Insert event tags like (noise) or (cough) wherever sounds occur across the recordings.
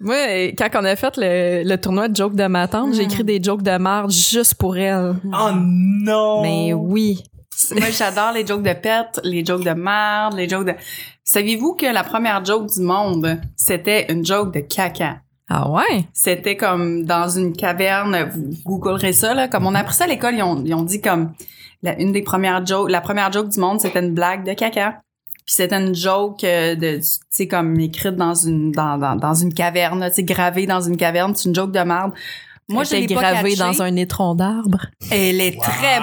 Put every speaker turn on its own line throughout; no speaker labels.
Moi, quand on a fait le, le tournoi de jokes de ma tante,
Hmm.
j'ai écrit des jokes de merde juste pour elle.
Oh non!
Mais oui.
Moi, j'adore les jokes de perte, les jokes de merde, les jokes de... Saviez-vous que la première joke du monde, c'était une joke de caca?
Ah ouais?
C'était comme dans une caverne, vous googlerez ça, là, comme on a appris ça à l'école, ils ont, ils ont dit comme la, une des premières jokes, la première joke du monde, c'était une blague de caca. Puis c'était une joke euh, de, tu sais, comme écrite dans une, dans, dans, dans une caverne, là, tu sais, gravée dans une caverne, c'est une joke de merde. Moi, je l'ai
J'étais
pas
gravé
catchée.
dans un étron d'arbre.
Elle est
Wow!
très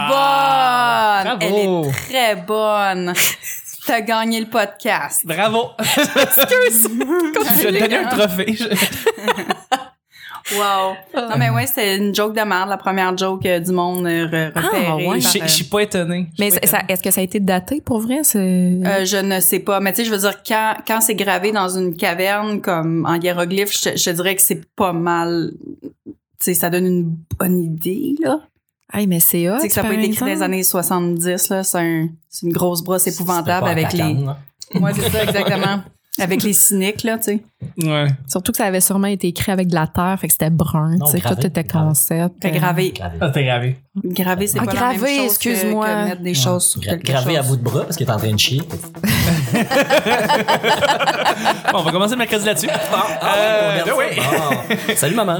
bonne! Elle
Bravo!
est très bonne! T'as gagné le podcast. (laughs)
Bravo! Je vais te donner un trophée. Je-
Wow! Non, mais ouais, c'est une joke de merde, la première joke euh, du monde euh, re-
Ah,
repérée.
ouais.
par, euh,
Je je suis pas étonné.
Mais ça- ça- est-ce que ça a été daté pour vrai? C'est...
euh, euh, je ne sais pas, mais tu sais, je veux dire, quand, quand c'est gravé dans une caverne, comme en hiéroglyphe, je, te- je te dirais que c'est pas mal. Tu sais, ça donne une bonne idée, là.
Hey, mais c'est hot.
Tu sais, que ça
par
peut être écrit dans les
exemple.
années 70, là. C'est un- c'est une grosse brosse épouvantable avec les. Moi, c'est ça, exactement. Avec les cyniques, là, tu sais.
Ouais.
Surtout que ça avait sûrement été écrit avec de la terre, fait que c'était brun.
Non,
tu sais,
gravé,
tout était
gravé.
concept.
Fait
Euh,
gravé.
Ah, t'es gravé.
Gravé, c'est
Ah,
pas la
gravé,
même chose que-
excuse-moi.
que mettre des choses sur
Gra-
quelque
gravé
chose.
à bout de bras parce qu'il est en train de chier.
Bon, on va commencer le mercredi là-dessus.
Ah,
Euh,
on regarde
ben
ça. Bon. Salut maman.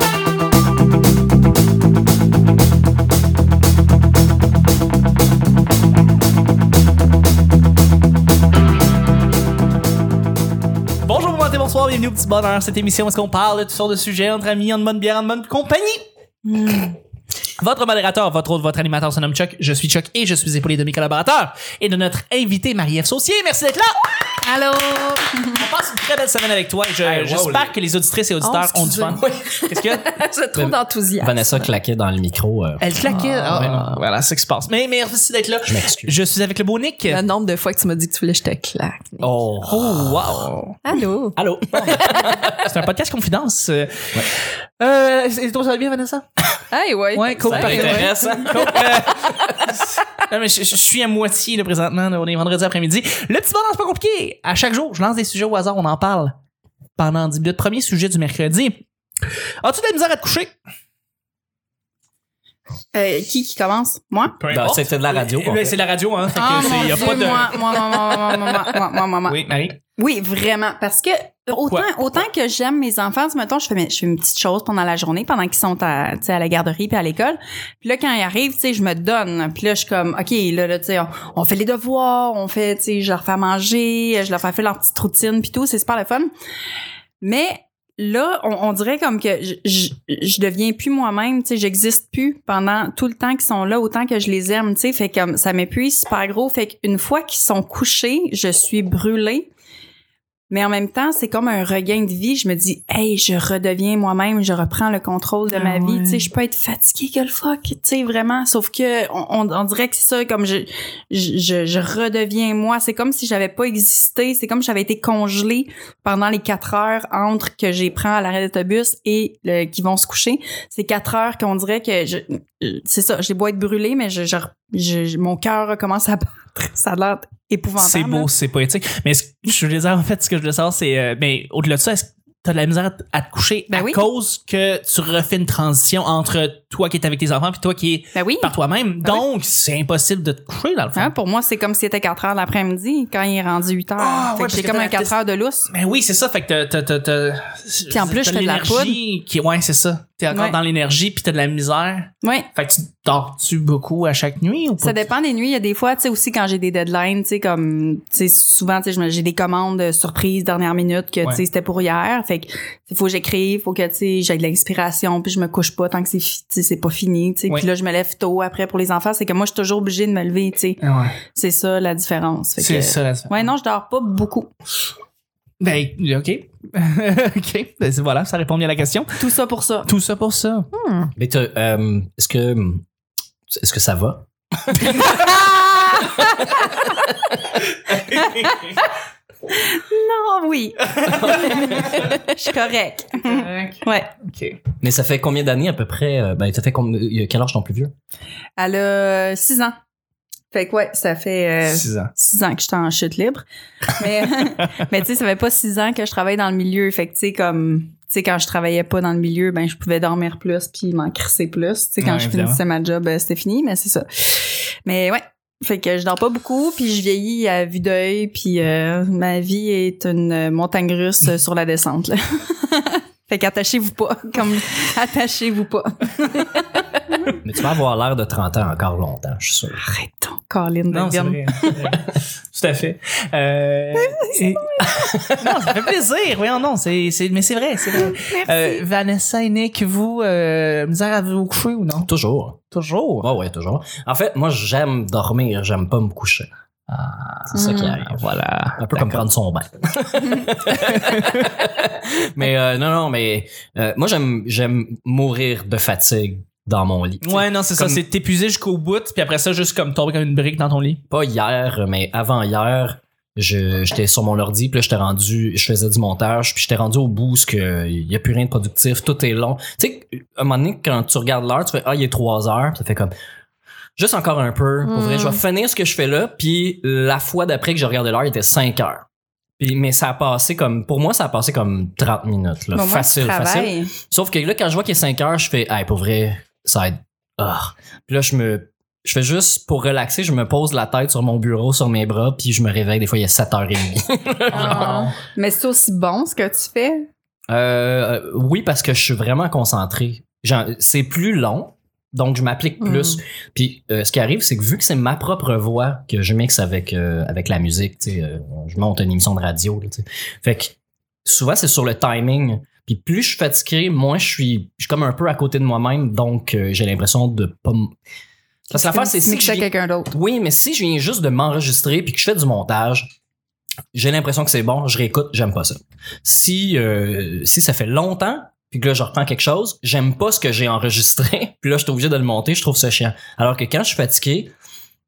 Bonjour, bon matin, bonsoir, bienvenue au petit bonheur. Cette émission, où est-ce qu'on parle de toutes sortes de sujets entre amis, en bonne bière, en bonne compagnie?
Hmm.
Votre modérateur, votre autre, votre animateur se nomme Chuck. Je suis Chuck et je suis épaulé de mes collaborateurs et de notre invité Marie-Ève Saucier. Merci d'être là!
Allô?
(laughs)
On passe une très belle semaine avec toi et je-
Hey, wow,
j'espère
les-
que les auditrices et auditeurs
Oh,
ont du fun. Qu'est-ce que?
Je trouve
Ben,
d'enthousiasme.
Vanessa claquait dans le micro. euh,
Elle claquait. Ah, voilà, c'est ce qui se passe. Mais merci d'être là.
je m'excuse.
Je suis avec le beau Nick.
Le nombre de fois que tu m'as dit que tu voulais, je te claque.
Oh.
Oh, wow!
Allô?
Allô?
C'est un podcast confidence. Euh, euh, et toi, ça va bien, Vanessa?
Hey, ouais.
Ouais, cool.
Ça
Parfait.
va, ouais.
Donc, euh, (laughs) non, mais je, je suis à moitié là, présentement. là. on est vendredi après-midi. Le petit bonheur, c'est pas compliqué. À chaque jour, je lance des sujets au hasard, on en parle pendant 10 minutes. Premier sujet du mercredi. As-tu de la misère à te coucher?
Euh, qui qui commence? Moi?
Peu
Non, C'était de la radio.
Eh ben, c'est de la radio, hein. Fait que
Ah,
c'est-
mon
y a
Dieu,
pas de...
moi, moi, moi, moi, moi, moi, moi, moi, moi, moi. Ah, ben Oui.
Oui, Marie.
vraiment. Parce que autant,
Ouais.
autant que j'aime mes enfants, tu sais, mettons, je fais, mes- je fais une petite chose pendant la journée, pendant qu'ils sont à, tu sais, à la garderie puis à l'école. Puis là, quand ils arrivent, tu sais, je me donne. là. Puis là, je suis comme, OK, là, là, tu sais, on, on fait les devoirs, on fait, tu sais, je leur fais à manger, je leur fais faire leur petite routine puis tout. C'est super le fun. Mais là, on, on dirait comme que je, je, je deviens plus moi-même, tu sais, j'existe plus pendant tout le temps qu'ils sont là, autant que je les aime, tu sais, fait comme ça m'épuise super gros, fait qu'une fois qu'ils sont couchés, je suis brûlée. Mais en même temps, c'est comme un regain de vie. Je me dis, hey, je redeviens moi-même, je reprends le contrôle de
Ah
ma vie.
ouais.
Tu sais, je peux être fatiguée que le fuck, tu sais, vraiment. Sauf que on, on, on dirait que c'est ça, comme je, je, je, je redeviens moi. C'est comme si j'avais pas existé. C'est comme si j'avais été congelée pendant les quatre heures entre que j'ai prends à l'arrêt d'autobus et le, qui vont se coucher. C'est quatre heures qu'on dirait que je, euh, c'est ça. J'ai beau être brûlée, mais je, je, je- mon cœur recommence à battre. (laughs) Ça a l'air épouvantable.
C'est beau, c'est poétique. Mais ce que je voulais dire, en fait, ce que je voulais savoir, c'est, euh, ben, au-delà de ça, est-ce que t'as de la misère à t- à te coucher
Ben
à
oui.
cause que tu refais une transition entre toi qui est avec tes enfants puis toi qui est
Ben oui.
par toi-même.
Ben
Donc, c'est impossible de te coucher, dans le fond.
Hein, pour moi, c'est comme si c'était 4 heures l'après-midi quand il est rendu 8 heures.
Ah,
Fait
ouais,
que
parce
j'ai
que
comme
t'as
un
la
4
test-
heures de lousse.
Ben oui, c'est ça. Fait que t'as- t'as... t'as- t'as-
Puis en plus,
t'as
je fais de la
l'énergie Qui, ouais, c'est ça. T'es encore
Ouais.
dans l'énergie puis t'as de la misère.
Ouais.
Fait que tu dors-tu beaucoup à chaque nuit ou pas?
Ça dépend des nuits. Il y a des fois, tu sais, aussi quand j'ai des deadlines, tu sais, comme, tu sais, souvent, tu sais, je me- j'ai des commandes euh, surprises dernière minute que,
Ouais.
tu sais, c'était pour hier. Fait que, il faut que j'écrive, faut que, tu sais, j'ai de l'inspiration, puis je me couche pas tant que c'est, fi- tu sais, c'est pas fini, tu sais.
Ouais.
Puis là, je me lève tôt après pour les enfants. C'est que moi, je suis toujours obligée de me lever, tu sais.
Ah ouais.
C'est ça, la différence. Fait que-
C'est ça, la
Ouais, non, je dors pas beaucoup.
Ben, OK. (laughs) OK. Ben, c'est- voilà, ça répond bien à la question.
Tout ça pour ça.
Tout ça pour ça.
Mais t'as, euh, est-ce que est-ce que ça va?
Non,
(laughs)
oui. (laughs) Je suis correcte. Ouais.
OK.
Mais ça fait combien d'années à peu près? euh, Ben, ça fait combien, il y a quel âge ton plus vieux?
Elle a 6 ans. Fait que, ouais, ça fait. euh,
Six ans.
six ans que j'étais en
(laughs)
chute libre. Mais, mais tu sais, ça fait pas six ans que je travaille dans le milieu. Fait que, tu sais, comme, tu tu sais, quand je travaillais pas dans le milieu, ben, je pouvais dormir plus puis m'en crisser plus. Tu sais, quand
Ouais,
je
évidemment.
finissais ma job, euh, c'était fini, mais c'est ça. Mais ouais. Fait que je dors pas beaucoup, puis je vieillis à vue d'œil, puis euh, ma vie est une euh, montagne russe sur la descente. Là. (laughs) fait qu'attachez-vous pas, comme attachez-vous pas.
Mais tu vas avoir l'air de 30 ans encore longtemps, je suis sûr.
Arrête donc, Colin.
Non, c'est
Bergen.
vrai. hein, c'est (laughs) vrai. Tout à fait. Euh, et- (laughs) non, ça fait plaisir. Oui, non, c'est, c'est, mais c'est vrai. C'est vrai. Euh, Vanessa et Nick, vous, euh, misère à vous coucher ou non?
Toujours.
Toujours.
Ouais, ouais, toujours. En fait, moi, j'aime dormir, j'aime pas me coucher. Ah, c'est ça
Mm.
qui arrive.
Ah, Voilà.
Un peu comme prendre son bain. mais euh, non, non, mais euh, moi, j'aime, j'aime mourir de fatigue dans mon lit.
Ouais, non, c'est
Comme-
ça. C'est t'épuiser jusqu'au bout, puis après ça, juste comme tomber comme une brique dans ton lit.
Pas hier, mais avant hier, je- j'étais sur mon ordi, puis là, j'étais rendu, je faisais du montage, puis j'étais rendu au bout, ce que il y a plus rien de productif, tout est long. Tu sais, à un moment donné, quand tu regardes l'heure, tu fais, ah, il est 3 heures, puis ça fait comme, juste encore un peu, pour vrai,
Mm.
je vais
Hmm.
finir ce que je fais là, puis la fois d'après que j'ai regardé l'heure, il était 5 heures. Puis, mais ça a passé comme, pour moi, ça a passé comme 30 minutes,
Bon,
là.
moi, je
facile, facile.
travaille.
Sauf que là, quand je vois qu'il est 5 heures, je fais, hey, pour vrai, ça aide. Ah. Puis là, je me. Je fais juste pour relaxer, je me pose la tête sur mon bureau, sur mes bras, puis je me réveille. Des fois, il est 7h30.
Ah. Mais
(laughs)
c'est aussi bon ce que tu fais.
euh, oui, parce que je suis vraiment concentré. Genre, C'est plus long, donc je m'applique plus. Puis euh, ce qui arrive, c'est que vu que c'est ma propre voix que je mixe avec, euh, avec la musique, tu sais, euh, je monte une émission de radio. là, tu sais. fait que souvent, c'est sur le timing. Puis plus je suis fatigué, moins je suis, je suis comme un peu à côté de moi-même, donc euh, j'ai l'impression de pas. m- Parce que l'affaire, c'est
si
si
que
je
c'est
viens-
quelqu'un d'autre.
Oui, mais si je viens juste de m'enregistrer puis que je fais du montage, j'ai l'impression que c'est bon, je réécoute, j'aime pas ça. Si euh, si ça fait longtemps puis que là je reprends quelque chose, j'aime pas ce que j'ai enregistré, (laughs) puis là je suis obligé de le monter, je trouve ça chiant. Alors que quand je suis fatigué,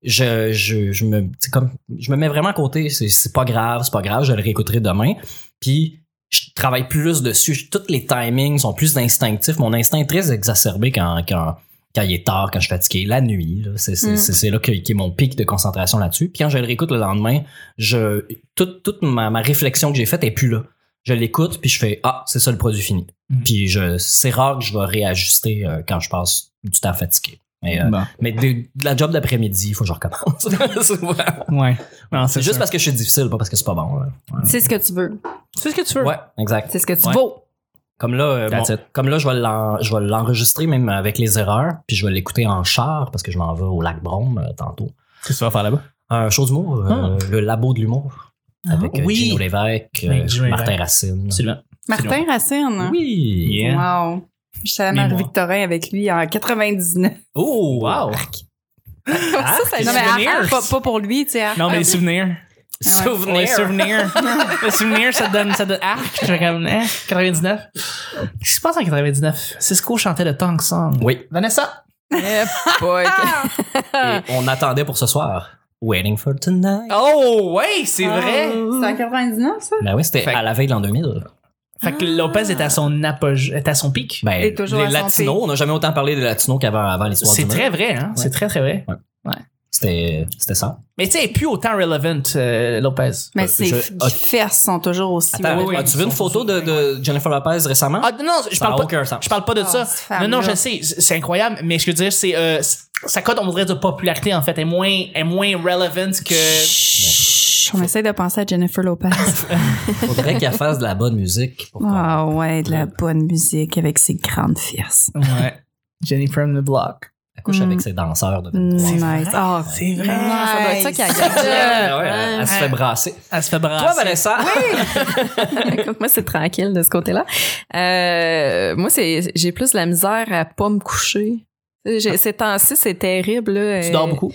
je, je, je me c'est comme je me mets vraiment à côté, c'est c'est pas grave, c'est pas grave, je le réécouterai demain. Puis je travaille plus dessus, tous les timings sont plus instinctifs, mon instinct est très exacerbé quand quand quand il est tard, quand je suis fatigué, la nuit, là, c'est c'est-
Mm.
c'est- c'est là que, qui est mon pic de concentration là-dessus. Puis quand je le réécoute le lendemain, je toute, toute ma, ma réflexion que j'ai faite est plus là. Je l'écoute, puis je fais Ah, c'est ça le produit fini.
Mm.
Puis je c'est rare que je vais réajuster euh, quand je passe du temps fatigué. Mais, euh,
Bon.
mais de, de la job d'après-midi, il faut que
(laughs)
je recommence. Souvent.
Ouais. Non,
c'est
c'est
juste
sûr.
parce que je suis difficile, pas parce que c'est pas bon. là.
C'est ce que tu veux.
C'est ce que tu veux.
Ouais, exact.
C'est ce que tu
Ouais.
vaux.
Comme là, euh,
That's
bon, comme là, je vais l'en- je vais l'enregistrer même avec les erreurs, puis je vais l'écouter en char parce que je m'en vais au lac Brome euh, tantôt.
Qu'est-ce que tu vas faire là-bas?
Un show d'humour, euh, le labo de l'humour, avec euh,
Ah. oui.
Gino Lévesque, euh,
Avec Gino
Martin
Lévesque.
Racine.
Absolument.
Martin Racine.
Oui.
Yeah.
Wow. J'étais à
Mémoire.
Marie-Victorin avec lui en 99.
Oh, wow.
Wow.
(laughs) ça, ça-
quel
non, mais
souvenir.
Arc, pas, pas pour lui, tu sais. ah. Arc.
Non, mais les souvenirs.
Souvenir.
Les souvenirs. les souvenirs, ça donne, ça donne arc. Je regarde, hein, 99. Je suis passé en 99. Cisco chantait le Tang Song.
Oui.
Vanessa.
Eh, boy.
Et on attendait pour ce soir. Waiting for tonight.
Oh, ouais, c'est vrai.
C'est en 99, ça?
Ben oui, c'était
Fait-
à la veille de l'an 2000.
Fait que Lopez est à son apogée, est à son pic.
Ben,
Et toujours à
les
son
Latinos,
pic.
on n'a jamais autant parlé des Latinos qu'avant avant l'histoire
c'est
du
très vrai, hein. C'est très, très vrai.
C'était c'était ça.
Mais tu sais, elle est plus autant relevant, euh, Lopez.
Mais
Euh,
ses
je-
f-
ah.
fesses sont toujours aussi...
Attends,
oui, oui,
as-tu
ils
vu une
sont
photo de, de Jennifer Lopez récemment?
Ah, non, je
Ça a
parle pas.
aucun sens.
Je parle pas de
Ah,
ça.
cette femme-là.
Non, non, je sais, c'est c'est incroyable, mais ce que je veux dire, c'est euh, c- sa cote, on dirait, de popularité, en fait, est moins, est moins relevant que.
Chut, On essaie de penser à Jennifer
(laughs)
Lopez.
Faudrait qu'elle fasse de la bonne musique. pour qu'on-
Ah ouais, de la bonne musique avec ses grandes fesses.
Ouais. (laughs) Jenny from the block.
Elle couche
Mm.
avec ses danseurs de
Nice. Ah,
C'est vrai.
Ah, ça doit être ça qui a
Ah ouais, elle, elle se fait brasser.
Elle se fait brasser.
Toi, Vanessa!
moi, c'est tranquille de ce côté-là. Euh, moi, c'est, j'ai plus de la misère à pas me coucher. J'ai, ces temps-ci, c'est terrible. Là.
Ah. Tu
Euh,
dors beaucoup.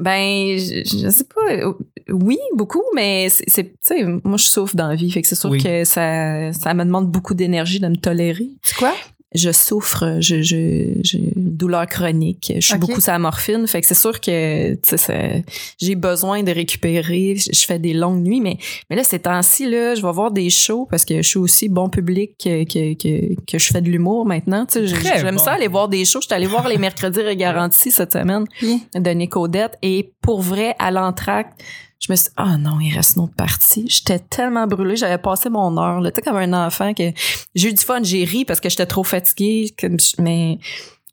Ben, je, je sais pas. euh, Oui, beaucoup, mais c'est, c'est- tu sais, moi, je souffre dans la vie. Fait que c'est sûr
Oui.
que ça, ça me demande beaucoup d'énergie de me tolérer.
C'est quoi?
je souffre, je, je, j'ai une douleur chronique, je suis
Ok.
beaucoup sur la morphine, fait que c'est sûr que tu sais, ça- j'ai besoin de récupérer, je, je fais des longues nuits, mais, mais là, ces temps-ci, là, je vais voir des shows parce que je suis aussi bon public que, que, que, que je fais de l'humour maintenant, tu sais, je-
Très
j'aime
bon.
ça aller voir des shows, je suis allée voir les
(laughs)
mercredis et garantis cette semaine de Nicodette et pour vrai, à l'entracte, je me suis dit, ah non, il reste une autre partie. J'étais tellement brûlée, j'avais passé mon heure, là, tu sais, comme un enfant que j'ai eu du fun, j'ai ri parce que j'étais trop fatiguée, comme je- mais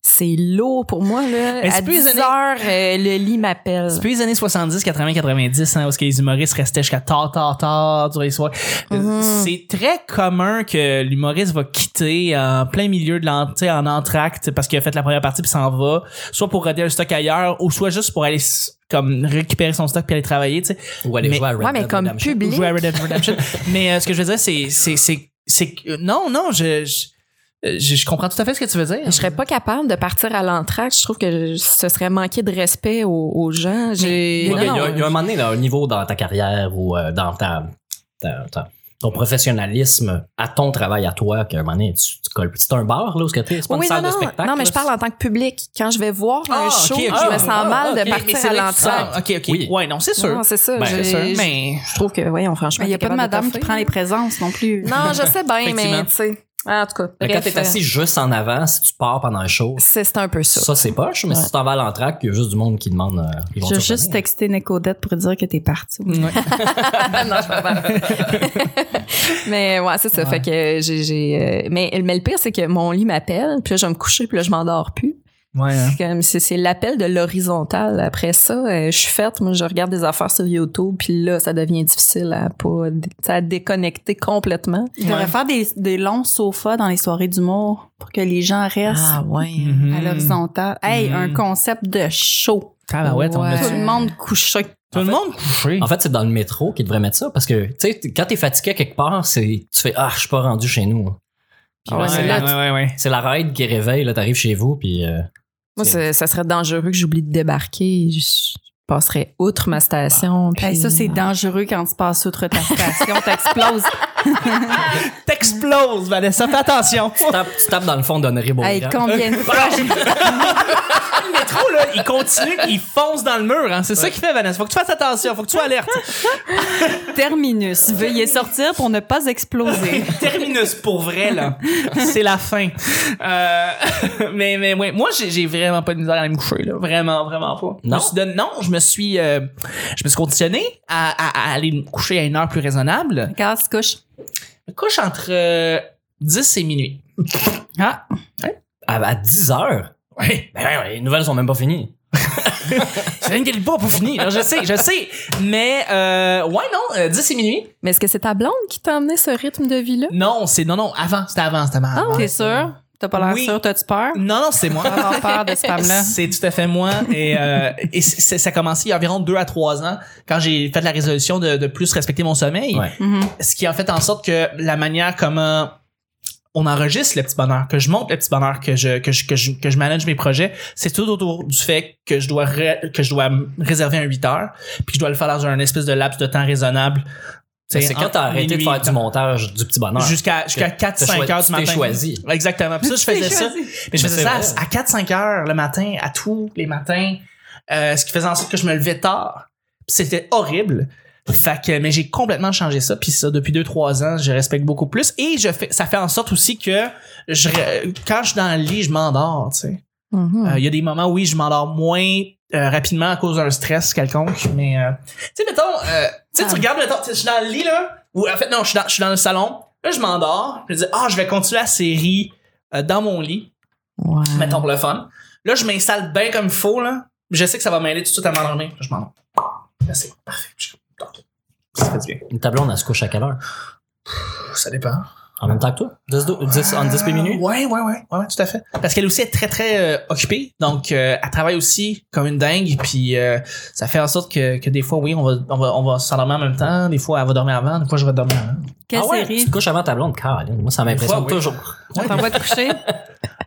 c'est lourd pour moi, là.
Mais c'est
à
plus
10
les années-
heures, euh, le lit m'appelle.
C'est plus les années 70, 80, 90, hein, où est-ce que les humoristes restaient jusqu'à tard, tard, tard durant les soirs.
Mhm.
C'est très commun que l'humoriste va quitter en plein milieu de l'en- tu sais, en entracte parce qu'il a fait la première partie puis s'en va, soit pour aider un stock ailleurs ou soit juste pour aller s- comme récupérer son stock puis aller travailler, tu sais.
Ou aller
Mais-
jouer à Red
Ouais, mais
Dead
comme
Redemption.
public.
Jouer à Red Dead Redemption. (laughs) Mais euh, ce que je veux dire, c'est, c'est, c'est, c'est que- euh, non, non, je, je, euh, je, je comprends tout à fait ce que tu veux dire.
Je serais pas capable de partir à l'entracte. Je trouve que ce serait manquer de respect aux, aux gens. J'ai,
Ouais, mais
non,
il y a-
non,
il y, a un moment donné, là, un niveau dans ta carrière ou euh, dans ta, ta- ta- ton professionnalisme à ton travail à toi, qu'à un moment donné, tu, tu colles. C'est un bar, là, où ce que t'es? C'est pas
Oui,
une salle
non,
de
non.
spectacle.
Non, mais
là,
je parle en tant que public. Quand je vais voir
Ah,
un
ok,
show,
ok.
je me sens
Ah,
mal
ok.
de
Mais
partir
c'est
à
là que tu
l'entracte.
sens- Ok, ok.
Oui.
Ouais, non, c'est sûr.
Non, c'est ça.
Ben,
je,
c'est sûr.
je-
Mais
je trouve que, voyons, franchement.
Mais il n'y a
t'es
pas de
capable
madame qui
taffer.
prend les présences non plus.
Non, je sais bien,
Effectivement.
mais tu sais. En tout cas,
Mais quand
bref,
t'es assis juste en avant, si tu pars pendant un show,
euh, C'est c'est un peu ça.
ça, c'est poche, mais
Ouais.
si tu t'en vas à l'entraque, il y a juste du monde qui demande. euh, ils vont
J'ai
te
juste
revenir.
texté Nicodette pour dire que t'es parti.
(laughs) Ouais. hein.
non, je comprends. mais ouais, c'est ça.
Ouais.
Fait que j'ai. j'ai, euh, mais, mais le pire, c'est que mon lit m'appelle, puis là, je vais me coucher, puis là, je m'endors plus.
Ouais, hein.
C'est comme- C'est c'est l'appel de l'horizontal. Après ça, euh, je suis faite. Moi, je regarde des affaires sur YouTube, puis là, ça devient difficile à pas dé- à déconnecter complètement.
Tu devrais
Ouais.
faire des, des longs sofas dans les soirées d'humour pour que les gens restent
ouais.
Mhm.
à l'horizontale. Hey,
Mhm.
un concept de show.
Tabarouette, on l'a-
Ouais.
Tout le monde couché.
Tout le monde couché.
En fait, c'est dans le métro qu'ils devraient mettre ça parce que, tu sais, t- quand t'es fatigué quelque part, c'est, tu fais, ah, je suis pas rendu chez nous. Puis
Ah ouais,
là,
c'est là,
tu-
ouais, ouais.
c'est la raid qui réveille, là, t'arrives chez vous, puis. euh,
Moi, c'est- ça serait dangereux que j'oublie de débarquer. Je passerais outre ma station. puis-
Ah. Hey, ça, c'est dangereux quand tu passes outre ta station, t'exploses.
T'exploses, Vanessa, fais (laughs) attention.
tu, tapes, tu tapes dans le fond d'Honoré Beaugrand.
hey, combien de fois j'ai-
Le métro, là, il continue, il fonce dans le mur. Hein. C'est ça qu'il fait, Vanessa. Faut que tu fasses attention, faut que tu sois alerte.
Terminus, veuillez sortir pour ne pas
(laughs)
exploser.
Terminus pour vrai, là. C'est la fin. Euh, (laughs) mais, mais ouais, moi, j'ai, j'ai vraiment pas de misère à me coucher, là. Vraiment, vraiment pas. Je me
Non?
suis donné- non, je me suis, euh, je me suis conditionné à, à- à aller me coucher à une heure plus raisonnable.
Quand tu couches.
Je me couche entre euh, 10 et minuit.
Ah,
À, à 10 heures.
Ouais.
Ben, ouais, les nouvelles sont même pas finies.
J'ai rien qu'elle pas pour finir. Non, je sais, je sais. Mais, euh, ouais, non, euh, 10 et minuit.
Mais est-ce que c'est ta blonde qui t'a amené ce rythme de vie-là?
Non, c'est non non avant, c'était avant, c'était avant. avant.
Ah, t'es sûr? T'as pas l'air
Ah Oui.
sûr? T'as-tu peur?
Non non, c'est moi.
T'as avoir peur de cette
(laughs)
femme-là?
C'est tout à fait moi et, euh, et c'est- ça a commencé il y a environ deux à trois ans quand j'ai fait la résolution de, de plus respecter mon sommeil,
Ouais.
Mhm. (laughs)
ce qui a fait en sorte que la manière comment on enregistre le petit bonheur, que je monte le petit bonheur, que je que je que je, que je manage mes projets, c'est tout autour du fait que je dois ré- que je dois me réserver un 8 heures, puis que je dois le faire dans un espèce de laps de temps raisonnable.
Ben, C'est quand t'as arrêté de faire du montage du petit bonheur.
jusqu'à jusqu'à 4
T'as
5
choi-
heures du
tu t'es
matin.
choisi.
Exactement. Puis ça
(laughs)
je faisais ça. Mais je
Mais
faisais ça
c'est
à 4-5 heures le matin, à tous les matins, euh, ce qui faisait en sorte que je me levais tard. Puis C'était horrible. Fait que, mais j'ai complètement changé ça. Puis ça, depuis 2-3 ans, je respecte beaucoup plus. Et je fais, ça fait en sorte aussi que je, re- quand je suis dans le lit, je m'endors. tu sais. Euh,
Mm-hmm.
Il y a des moments, oui, je m'endors moins euh, rapidement à cause d'un stress quelconque. Mais, euh, tu sais, mettons, euh, tu sais, tu
Ah.
regardes, mettons, tu sais, je suis dans le lit, là. Ou, en fait, non, je suis dans, je suis dans le salon. Là, je m'endors. Je me dis, ah, je vais continuer la série euh, dans mon lit
Ouais.
mettons pour le fun. Là, je m'installe bien comme il faut, là. Je sais que ça va m'aider tout de suite à m'endormir. Je m'endors. Là, c'est parfait. Je suis content. Ça fait du bien.
Une table, on se couche à quelle heure?
Ça dépend.
En même temps que toi? 10, 10, en 10 minutes?
Ouais, ouais, ouais, ouais, ouais, tout à fait. Parce qu'elle aussi est très, très euh, occupée. Donc, euh, elle travaille aussi comme une dingue. Puis, euh, ça fait en sorte que, que des fois, oui, on va, on va, on va s'endormir en même temps. Des fois, elle va dormir avant. Des fois, je vais dormir avant.
Quelle
ah ouais,
série?
tu te couches avant ta blonde, Caroline. Moi, ça m'impressionne
Des fois, oui.
toujours.
On t'envoie te coucher?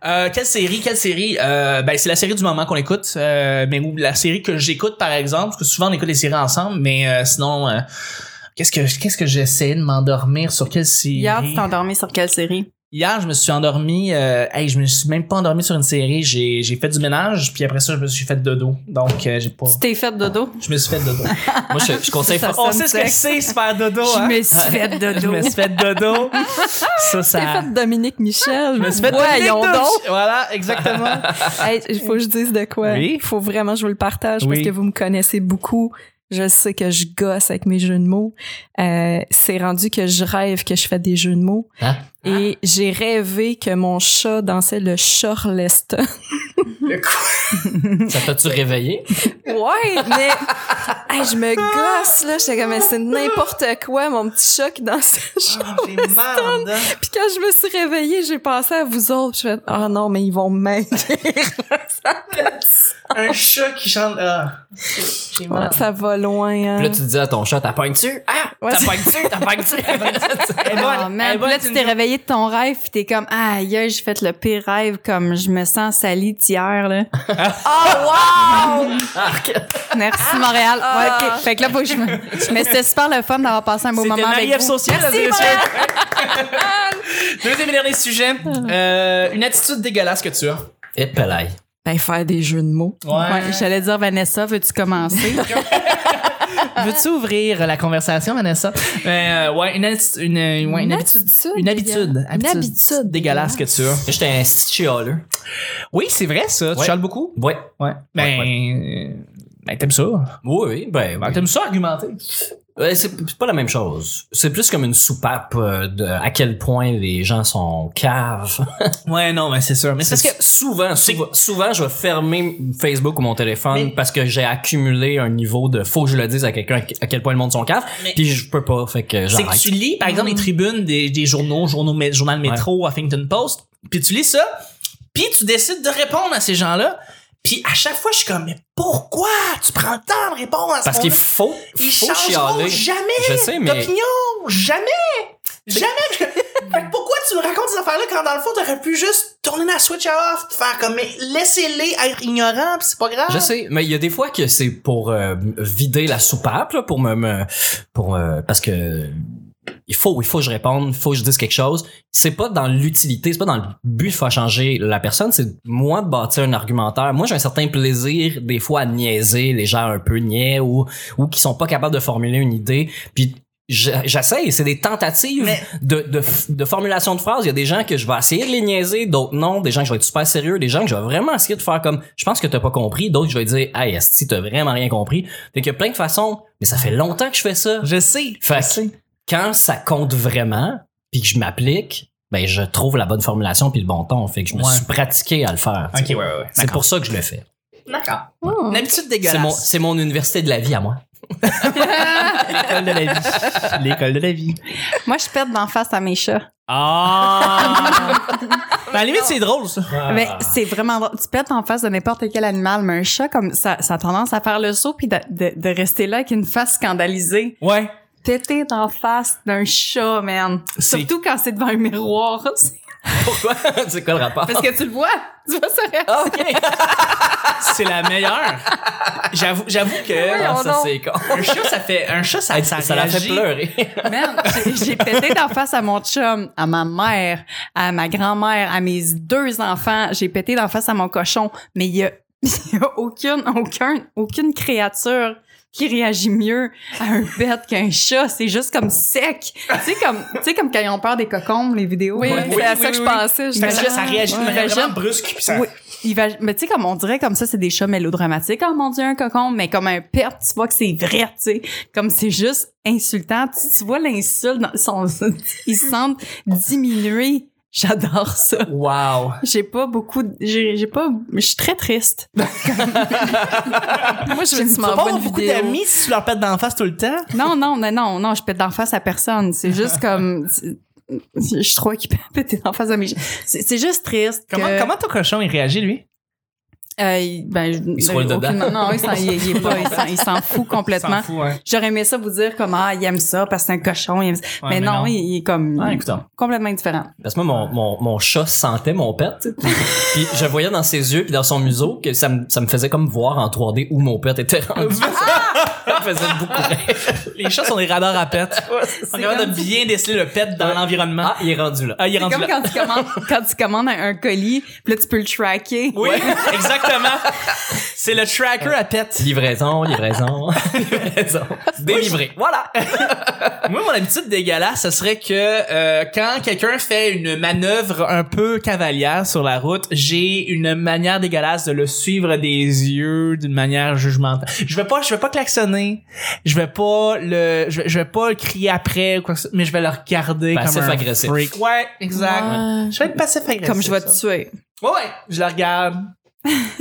Euh, quelle série, quelle série Euh, Ben c'est la série du moment qu'on écoute, euh, mais ou la série que j'écoute par exemple, parce que souvent on écoute les séries ensemble, mais euh, sinon euh, qu'est-ce que qu'est-ce que j'essayais de m'endormir sur quelle série
Hier, tu t'es endormi sur quelle série?
Hier, je me suis endormi, euh, hey, je me suis même pas endormi sur une série, j'ai j'ai fait du ménage, puis après ça je me suis fait dodo, donc euh, j'ai pas,
Tu t'es fait dodo?
je me suis
(laughs)
fait dodo.
Moi, je, je conseille
Ça,
fort.
On
sonne
sait ce que
sec.
c'est se faire dodo,
Je
hein
me suis fait
(laughs) Je
dodo.
me suis fait dodo, ça
T'es
ça.
fait Dominique Michel.
Je me suis fait
Voyons
dodo.
donc.
Voilà,
(laughs)
exactement. (laughs)
Hey, Il faut que je dise de quoi.
Oui.
Il faut vraiment que je vous le partage
Oui.
parce que vous me connaissez beaucoup. Je sais que je gosse avec mes jeux de mots. Euh, c'est rendu que je rêve que je fais des jeux de mots.
Hein?
Et
Ah.
j'ai rêvé que mon chat dansait le
(laughs)
Charleston.
Ça t'a-tu réveillé?
Ouais, mais Hey, je me
Ah.
gosse là, j'étais comme Mais c'est n'importe quoi mon petit chat qui dansait. le
Oh,
Charleston.
J'ai merde.
Puis quand je me suis réveillée, j'ai pensé à vous autres. Je fais ah non mais ils vont m'aider.
Un chat qui chante. Ah. J'ai mal.
Ça va loin. Hein.
Puis là, tu dis à ton chat, t'as pogné-tu? Ah!
Ouais,
T'as
c'est-
pogné-tu? T'as pogné-tu?
Elle est bonne,
Ah, man.
elle est bonne,
Puis là,
c'est
tu t'es
une-
réveillé de ton rêve, puis t'es comme, aïe, aïe, j'ai fait le pire rêve, comme je me sens salie d'hier,
(laughs)
là. oh, wow! Merci, Montréal. Ouais, ok. Fait que là, faut que je me...
(laughs)
Mais c'était super le fun d'avoir passé un beau
Ah. C'était
moment avec
Marie-Ève
vous.
Saucier, mesdames et messieurs. Deuxième et dernier sujet. Euh, une attitude dégueulasse que tu as.
Et pelaille.
Ben faire des jeux de mots.
Ouais, j'allais dire, Vanessa, veux-tu commencer?
Veux-tu ouvrir la conversation, Vanessa? Euh, ouais, une, atti- une, ouais,
Une
une habitude.
attitude
Une habitude.
dégueulasse. Une habitude
dégueulasse que tu as.
J'étais un stitchy hauler.
Oui, c'est vrai, ça. Tu
Ouais.
charles beaucoup?
Ouais.
Ouais. Ben, euh, ben, t'aimes ça.
Oui, oui, ben.
Ben,
oui.
t'aimes ça argumenter.
Ouais, Euh, c'est c'est pas la même chose. C'est plus comme une soupape euh, de à quel point les gens sont caves.
Ouais, non, mais c'est sûr. Mais
Parce que souvent, souvent, souvent, je vais fermer Facebook ou mon téléphone
Mais-
parce que j'ai accumulé un niveau de faut que je le dise à quelqu'un à quel point le monde sont caves.
Mais-
Puis je peux pas, fait que
C'est que
j'arrête.
tu lis, par exemple, les tribunes des, des journaux, journaux, mé- journal métro, Huffington Post, puis tu lis ça, puis tu décides de répondre à ces gens-là, puis à chaque fois, je suis comme, mais pourquoi tu prends le temps de répondre à ce
Parce qu'il
monde-là?
faut,
Ils
faut
changeront
chialer.
jamais
Je sais, mais
d'opinion! Jamais! Jamais! (laughs) Fait que pourquoi tu me racontes ces affaires-là quand dans le fond, t'aurais pu juste tourner la switch off, te faire comme, mais laissez-les être ignorants, pis c'est pas grave.
Je sais, mais il y a des fois que c'est pour euh, vider la soupape, là, pour me, me- pour euh, parce que il faut, il faut que je réponde, il faut que je dise quelque chose. C'est pas dans l'utilité, c'est pas dans le but de faire changer la personne, c'est moi de bâtir un argumentaire. Moi, j'ai un certain plaisir des fois à niaiser les gens un peu niais ou ou qui sont pas capables de formuler une idée, puis j'a- J'essaye, c'est des tentatives
Mais-
de, de, de formulation de phrases. Il y a des gens que je vais essayer de les niaiser, d'autres non, des gens que je vais être super sérieux, des gens que je vais vraiment essayer de faire comme je pense que t'as pas compris, d'autres je vais dire Hey Esti, t'as vraiment rien compris. Fait qu'il y a plein de façons, mais ça fait longtemps que je fais ça.
Je sais.
Fait que quand ça compte vraiment, puis que je m'applique, ben je trouve la bonne formulation puis le bon ton. Fait que je me
Ouais.
suis pratiqué à le faire. tu sais.
ouais, ouais.
C'est pour ça que je le fais.
D'accord.
Hmm.
Une habitude
C'est mon,
dégueulasse.
c'est mon université de la vie
(laughs)
à moi.
L'école de la vie. L'école de la vie.
Moi, je pète d'en face à mes chats.
Ah! (laughs) ben, à la limite, c'est drôle, ça.
Mais c'est vraiment drôle. Tu pètes en face de n'importe quel animal, mais un chat, comme ça, ça a tendance à faire le saut puis de, de- de rester là avec une face scandalisée.
Ouais.
Péter en face d'un chat, man.
C'est-
Surtout quand c'est devant un miroir. (laughs)
Pourquoi? (laughs) c'est quoi le rapport?
Parce que tu le vois. Tu vois ça
Ah, (laughs)
(laughs)
ok.
C'est la meilleure. J'avoue, j'avoue que.
Ah, ça,
non.
c'est con.
Un chat, ça fait. Un chat, ça, ça,
Ça l'a fait
réagit.
pleurer.
Merde, j'ai- j'ai pété d'en face à mon chum, à ma mère, à ma grand-mère, à mes deux enfants. J'ai pété d'en face à mon cochon. Mais il y a, (laughs) il y a aucune, aucun, aucune créature qui réagit mieux à un pet qu'un chat. C'est juste comme sec. Tu sais, comme, tu sais, comme quand ils ont peur des cocons, les vidéos.
Oui,
Ouais.
c'est à
Oui,
ça
oui,
que
oui,
je pensais.
Fait que
j'imagine.
là, ça réagit
Ouais.
vraiment
Ouais.
brusque, puis ça.
Oui. (laughs) Il va, mais tu sais, comme on dirait comme ça, c'est des chats mélodramatiques. Oh mon dieu, un cocon, mais comme un pet, tu vois que c'est vrai, tu sais. Comme c'est juste insultant. Tu, tu vois l'insulte, dans son, (laughs) ils se sentent diminués. J'adore ça.
Wow.
J'ai pas beaucoup, de- j'ai j'ai pas, je suis très
(laughs)
triste.
Moi je veux que tu
Tu vas pas
m'envoies
avoir
une
beaucoup
vidéo.
d'amis si tu leur pètes d'en face tout le temps.
Non, non, non, non, non, je pète d'en face à personne. C'est juste comme, je suis trop occupée à péter d'en face à mes C'est c'est juste triste.
Comment,
que-
comment ton cochon, il réagit, lui?
Euh, il- ben,
Il se roule dedans.
aucunement- Non, il s'en- il- il est pas- il s'en- il s'en
(laughs)
fout complètement.
S'en fout, hein.
J'aurais aimé ça vous dire comme ah il aime ça parce que c'est un cochon, il aime ça.
Ouais,
mais, non, Il, il est comme
Ah, écoutons.
complètement indifférent.
hein. Parce que moi, mon, mon, mon chat sentait mon pet. tu sais. Puis puis je voyais dans ses yeux puis dans son museau que ça me, ça me faisait comme voir en 3D où mon pet était rendu. (laughs) ça me faisait beaucoup rire.
Ah! Les chats sont des radars à pète. On est capable de bien déceler le pet dans l'environnement.
Ah, il est rendu là.
Ah, il est
C'est
rendu
comme
là.
quand tu commandes quand tu commandes un, un colis, puis là tu peux le tracker.
Oui, (laughs) Exactement. C'est le tracker à pète.
(laughs) Livraison, livraison,
(laughs)
livraison. (laughs) Délivré.
Voilà. (laughs) Moi, mon habitude dégueulasse, ce serait que euh, quand quelqu'un fait une manœuvre un peu cavalière sur la route, j'ai une manière dégueulasse de le suivre des yeux d'une manière jugementale. Je vais pas, je vais pas klaxonner. Je vais pas le, je vais, je vais pas le crier après, ou quoi que ce- mais je vais le regarder
Passif
comme un
agressif.
freak. Ouais, exact.
Ouais.
Je vais être passif agressif.
Comme je vais
ça.
te tuer.
Ouais, ouais, je la regarde.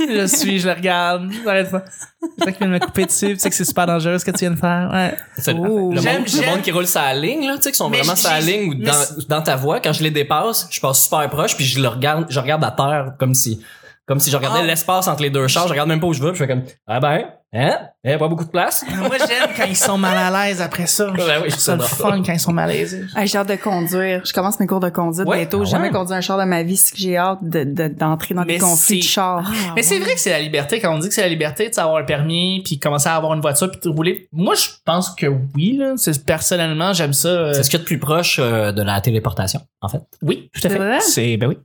je suis, je la regarde. Ça arrête pas. C'est toi qui viens de me couper dessus, tu sais que c'est super dangereux ce que tu viens de faire. Ouais.
C'est-
Ouh.
Le,
J'aime-
monde,
j'aime-
le monde qui roule sa ligne, là, tu sais, qui sont
Mais
vraiment
j'ai-
sa ligne ou
mais
dans,
c'est-
dans ta voie, quand je les dépasse, je passe super proche, puis je le regarde, je regarde à terre comme si, comme si je regardais
Ah.
l'espace entre les deux chars, je regarde même pas où je veux, puis je fais comme, ah ben, hein, hein, pas beaucoup de place.
Ah, Moi, j'aime quand ils sont mal à l'aise après ça.
Ben oui,
je trouve ça le
c'est drôle.
fun quand ils sont mal à l'aise.
Ah, j'ai hâte de conduire. Je commence mes cours de conduite
Ouais,
bientôt. J'ai
ah ouais.
jamais conduit un char de ma vie, c'est que j'ai hâte de- de- d'entrer dans
Mais
des conflits de
c'est-
chars.
Mais c'est vrai que c'est la liberté. Quand on dit que c'est la liberté de savoir un permis, puis commencer à avoir une voiture, puis de rouler. Moi, je pense que oui. Là. C'est- Personnellement, j'aime ça. euh,
C'est ce qu'il y a de plus proche euh, de la téléportation, en fait.
Oui, tout à
C'est
fait.
vrai?
C'est ben oui.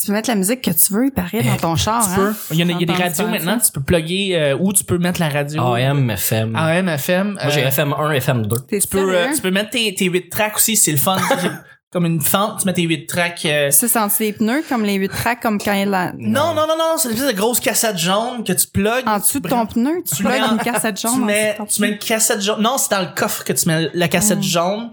Tu peux mettre la musique que tu veux, il paraît, dans ton char.
Eh, Tu
hein.
peux. Il y en a, il y a des
J'entends
radios
ça,
maintenant. Tu peux plugger euh, où tu peux mettre la radio.
AM, FM.
AM, FM.
Moi, j'ai
euh,
FM 1, FM 2.
T'es
tu peux, euh,
sérieux?
tu peux mettre tes, tes 8 tracks aussi, c'est
(laughs)
le fun. comme une fente, tu mets tes 8 tracks. euh,
Ça sent les pneus comme les 8 tracks, comme quand il y a la...
Non, non, non, non, c'est une espèce de grosse cassette jaune que tu plugues.
En dessous de ton pneu, tu
tu mets
plugues
en-
une cassette jaune.
tu
en dessous
mets,
de ton Mm.
tu mets une cassette jaune. Non, c'est dans le coffre que tu mets la cassette jaune.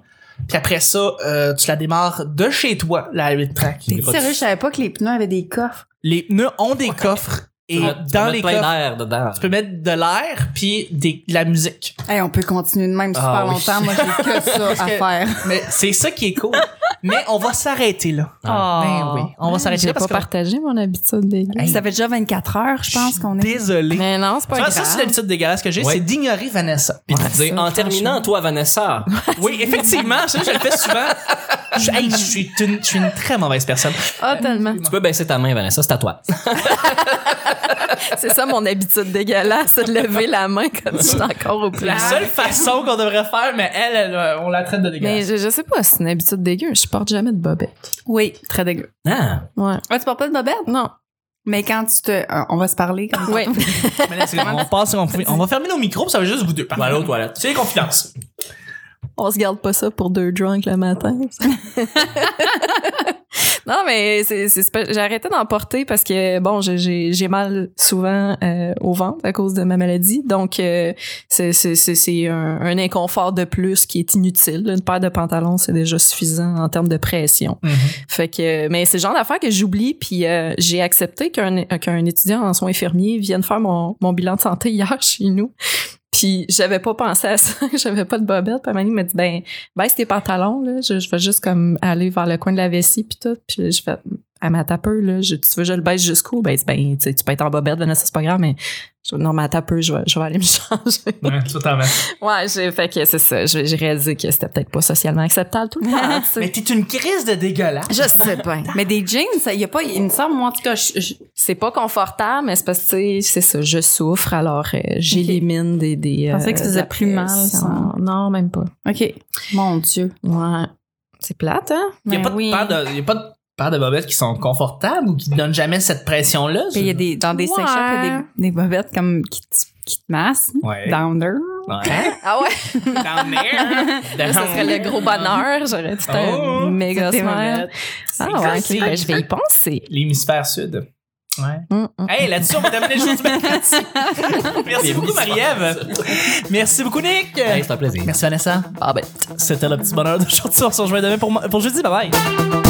Puis après ça, euh, tu la démarres de chez toi, la 8 track.
pneu. T'es sérieux, je savais pas que les pneus avaient des coffres.
Les pneus ont des coffres et
Tu peux mettre- tu peux
dans
mettre
les
plein
coffres,
d'air dedans.
tu peux mettre de l'air puis des, de la musique.
Hey, on peut continuer de même super
Ah oui.
longtemps. Moi, j'ai que
(laughs)
ça à
que-
faire.
Mais c'est ça qui
(laughs)
est cool. Mais on va s'arrêter là.
Ah.
Ben oui, on va s'arrêter
J'ai
là
pas
parce que
partagé mon habitude des gars.
Ça fait déjà 24 heures, je pense qu'on est.
désolé.
Mais non, c'est pas
Tu
grave.
vois, Ah, ça, c'est l'habitude dégueulasse que j'ai,
Ouais.
c'est d'ignorer Vanessa.
Puis de
Ouais,
dire,
ça,
en terminant,
franchement.
(laughs)
toi, Vanessa,
ah, Oui, effectivement, ça, je le fais souvent. Je, hey, je suis une, je suis une très mauvaise personne.
Ah, tellement.
tu peux baisser ta main, Vanessa, c'est à toi.
C'est ça mon habitude dégueulasse, c'est de lever la main quand je suis encore au
La
plat.
seule façon qu'on devrait faire, mais elle, elle, euh, on la traite de
Mais
dégueulasse.
je, je sais pas, c'est une habitude dégueu. Je porte jamais de bobette.
Oui, très dégueu.
Ah,
Ouais.
Ah, tu portes pas de bobette?
Non.
Mais quand tu te. euh, on va se parler. comme
Ouais.
Mais, là, c'est- on passe, on, on va fermer nos micros, puis ça va juste vous deux.
va aller aux toilettes.
C'est les confidences.
On se garde pas ça pour deux drunk le matin. (laughs) non, mais c'est, c'est, c'est pas- j'ai arrêté d'en porter parce que, bon, j'ai- j'ai, j'ai mal souvent euh, au ventre à cause de ma maladie. Donc, euh, c'est, c'est, c'est, c'est un, un inconfort de plus qui est inutile. Une paire de pantalons, c'est déjà suffisant en termes de pression. Fait que, mais c'est le genre d'affaires que j'oublie. Puis euh, j'ai accepté qu'un qu'un étudiant en soins infirmiers vienne faire mon, mon bilan de santé hier (laughs) chez nous. Puis j'avais pas pensé à ça, (laughs) j'avais pas de bobette. Puis Amani m'a dit ben baisse tes pantalons là, je, je vais juste comme aller vers le coin de la vessie puis tout. Puis je fais à ma tapeur là, je, tu veux que je le baisse jusqu'où Ben, elle dit, ben tu sais, tu peux être en bobette, Vanessa, c'est pas grave, mais je, non ma tapeur, je vais, je vais aller me (laughs) changer. ouais, j'ai fait que c'est ça, j'ai j'ai réalisé que c'était peut-être pas socialement acceptable tout le temps. tu sais.
Mais t'es une crise de dégueulasse.
je sais pas.
Mais des jeans, ça, y a pas. Il me semble, moi, en tout cas, je- je-
c'est pas confortable, mais c'est parce que tu sais, c'est ça, je souffre, alors euh, j'élimine des. des
Je pensais que ça faisait
de la
plus mal,
pression.
ça.
Non, même pas.
OK. Mon Dieu.
Ouais. C'est plate, hein?
Il n'y a,
Ben
pas de
oui.
paire de- y a pas de paire de bobettes qui sont confortables ou qui te donnent jamais cette pression-là.
Puis il y a des, dans des
Ouais.
sex shops, il y a des, des bobettes comme qui te, qui te massent.
Ouais.
Downer.
Hein?
Ah ouais?
Down there.
Là, ça serait le gros bonheur. J'aurais dit
Ah, Oh,
un méga
c'était
smile. Ah ouais, ok. Ben, je vais y penser.
L'hémisphère sud. Ouais.
Hum, hum.
Hey, là-dessus, on va terminer le jour du mercredi. Merci
Les
beaucoup,
misères.
Marie-Ève. Merci beaucoup, Nick.
Hey, c'est un plaisir.
Merci, Vanessa.
Ah ben.
C'était le petit bonheur d'aujourd'hui. On se rejoint demain pour, pour jeudi. Bye bye.